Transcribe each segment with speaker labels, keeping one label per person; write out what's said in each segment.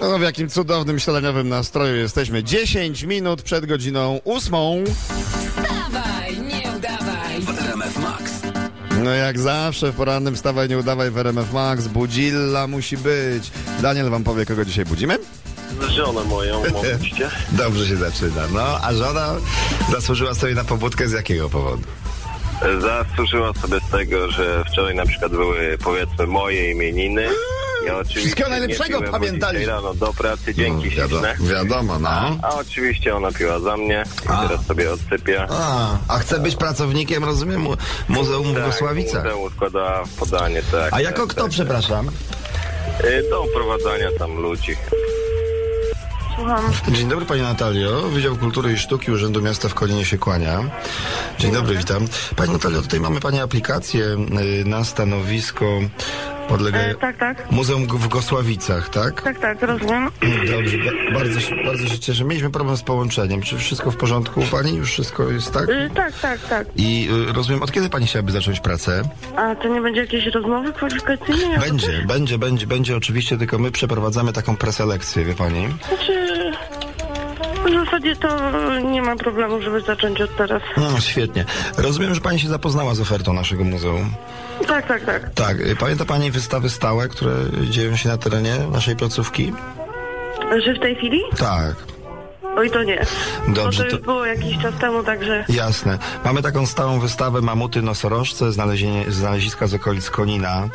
Speaker 1: No, w jakim cudownym śledaniowym nastroju jesteśmy. 10 minut przed godziną ósmą.
Speaker 2: Dawaj, nie udawaj.
Speaker 3: RMF Max.
Speaker 1: No jak zawsze w porannym wstawaj, nie udawaj w RMF Max. Budzilla musi być. Daniel wam powie, kogo dzisiaj budzimy?
Speaker 4: Żonę moją, oczywiście.
Speaker 5: Dobrze się zaczyna. No, a żona zasłużyła sobie na pobudkę z jakiego powodu?
Speaker 4: Zasłużyła sobie z tego, że wczoraj na przykład były powiedzmy moje imieniny. Ja oczywiście
Speaker 1: Wszystkiego
Speaker 4: nie
Speaker 1: najlepszego,
Speaker 4: piłem, bo
Speaker 1: pamiętali.
Speaker 4: dzisiaj rano do pracy, dzięki
Speaker 5: No, wiado-
Speaker 4: śliczne.
Speaker 5: wiadomo, no.
Speaker 4: A oczywiście ona piła za mnie
Speaker 5: A.
Speaker 4: i teraz sobie odsypia.
Speaker 5: A, a chce być pracownikiem, rozumiem, mu- Muzeum w Bogosławicach.
Speaker 4: Tak, muzeum składała podanie, tak.
Speaker 5: A jako
Speaker 4: tak,
Speaker 5: kto,
Speaker 4: tak.
Speaker 5: przepraszam?
Speaker 4: Y, Do uprowadzania tam ludzi.
Speaker 5: Dzień dobry Pani Natalio, Wydział Kultury i Sztuki Urzędu Miasta w Kolinie się kłania. Dzień dobry, witam. Pani Natalio, tutaj mamy Pani aplikację y, na stanowisko podlegające...
Speaker 6: E, tak, tak.
Speaker 5: Muzeum w Gosławicach, tak?
Speaker 6: Tak, tak, rozumiem.
Speaker 5: Dobrze, ba- bardzo, się- bardzo się cieszę. Mieliśmy problem z połączeniem. Czy wszystko w porządku u Pani? Już wszystko jest tak?
Speaker 6: Y, tak, tak, tak.
Speaker 5: I y, rozumiem, od kiedy Pani chciałaby zacząć pracę?
Speaker 6: A to nie będzie jakiejś rozmowy kwalifikacyjnej? albo
Speaker 5: Będzie, będzie, będzie, będzie oczywiście, tylko my przeprowadzamy taką preselekcję, wie Pani?
Speaker 6: coś? Znaczy, w zasadzie to nie ma problemu, żeby zacząć od teraz.
Speaker 5: No, świetnie. Rozumiem, że Pani się zapoznała z ofertą naszego muzeum.
Speaker 6: Tak, tak, tak.
Speaker 5: Tak, y, pamięta Pani wystawy stałe, które dzieją się na terenie naszej placówki?
Speaker 6: Że w tej chwili?
Speaker 5: Tak.
Speaker 6: Oj, to nie.
Speaker 5: Dobrze,
Speaker 6: Bo to
Speaker 5: to-
Speaker 6: już było jakiś czas temu, także...
Speaker 5: Jasne. Mamy taką stałą wystawę mamuty nosorożce, znalezienie, znaleziska z okolic Konina.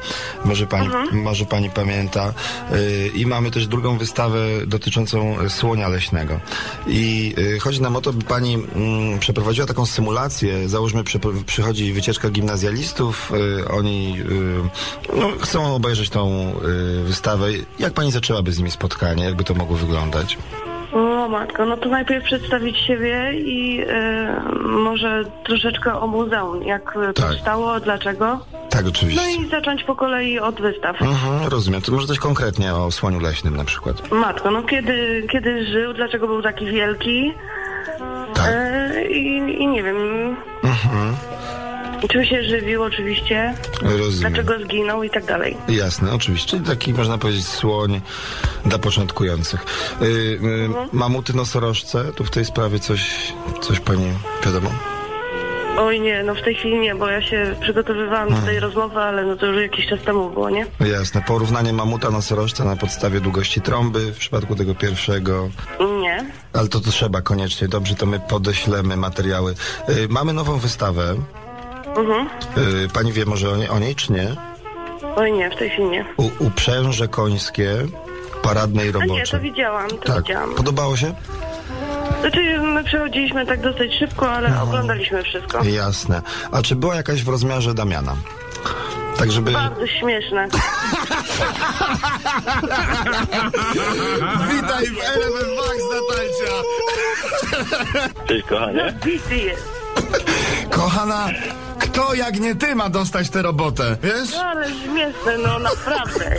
Speaker 5: Może pani,
Speaker 6: Mhm.
Speaker 5: może pani pamięta. Y, I mamy też drugą wystawę dotyczącą y, słonia leśnego. I y, chodzi nam o to, by pani mm, przeprowadziła taką symulację. Załóżmy, przypo- przychodzi wycieczka gimnazjalistów. y, Oni y, no, chcą obejrzeć tą y, wystawę. Jak pani zaczęłaby z nimi spotkanie? Jakby to mogło wyglądać?
Speaker 6: O matko, no to najpierw przedstawić siebie i e, może troszeczkę o muzeum. Jak e, powstało, dlaczego?
Speaker 5: Tak, oczywiście.
Speaker 6: No i zacząć po kolei od wystaw.
Speaker 5: Mhm, rozumiem. To może coś konkretnie o słoniu leśnym na przykład.
Speaker 6: Matko, no kiedy, kiedy żył, dlaczego był taki wielki?
Speaker 5: Tak. Mhm.
Speaker 6: E, i, I nie wiem. Czym się żywił oczywiście,
Speaker 5: Rozumiem.
Speaker 6: dlaczego zginął i tak dalej.
Speaker 5: Jasne, oczywiście. Czyli taki, można powiedzieć, słoń dla początkujących. Yy, yy, Mamuty nosorożce, tu w tej sprawie coś, coś pani wiadomo?
Speaker 6: Oj nie, no w tej chwili nie, bo ja się przygotowywałam
Speaker 5: Hmm.
Speaker 6: do tej rozmowy, ale no to już jakiś czas temu było, nie?
Speaker 5: Jasne, porównanie mamuta nosorożca na podstawie długości trąby w przypadku tego pierwszego.
Speaker 6: Nie.
Speaker 5: Ale to, to trzeba koniecznie, dobrze, to my podeślemy materiały. Yy, mamy nową wystawę. Yy, pani wie może o, nie, o niej, czy nie?
Speaker 6: Oj nie, w tej chwili nie.
Speaker 5: U, uprzęże końskie paradnej
Speaker 6: A nie, to
Speaker 5: roboczej.
Speaker 6: widziałam, to
Speaker 5: Tak,
Speaker 6: widziałam.
Speaker 5: podobało się?
Speaker 6: Znaczy my przechodziliśmy tak dosyć szybko, ale
Speaker 5: No.
Speaker 6: oglądaliśmy wszystko.
Speaker 5: Jasne. A czy była jakaś w rozmiarze Damiana? Tak, żeby.
Speaker 6: Bardzo śmieszne.
Speaker 1: Witaj w RMF Max, Natalcia!
Speaker 4: Cześć kochanie.
Speaker 6: Bity jest.
Speaker 1: Kochana, kto jak nie ty ma dostać tę robotę, wiesz?
Speaker 6: No ale śmieszne, no naprawdę.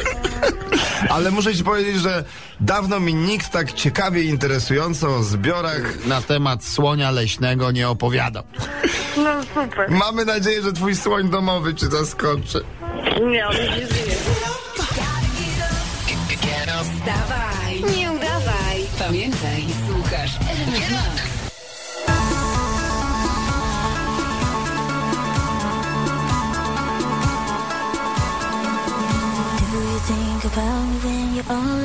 Speaker 1: Ale muszę ci powiedzieć, że dawno mi nikt tak ciekawie i interesująco o zbiorach na temat słonia leśnego nie opowiadał.
Speaker 6: No super.
Speaker 1: Mamy nadzieję, że twój słoń domowy cię zaskoczy.
Speaker 6: Nie, on się żyje.
Speaker 2: Wstawaj, nie udawaj. Pamiętaj, słuchasz RMF Max.
Speaker 7: Do you think about me when you're all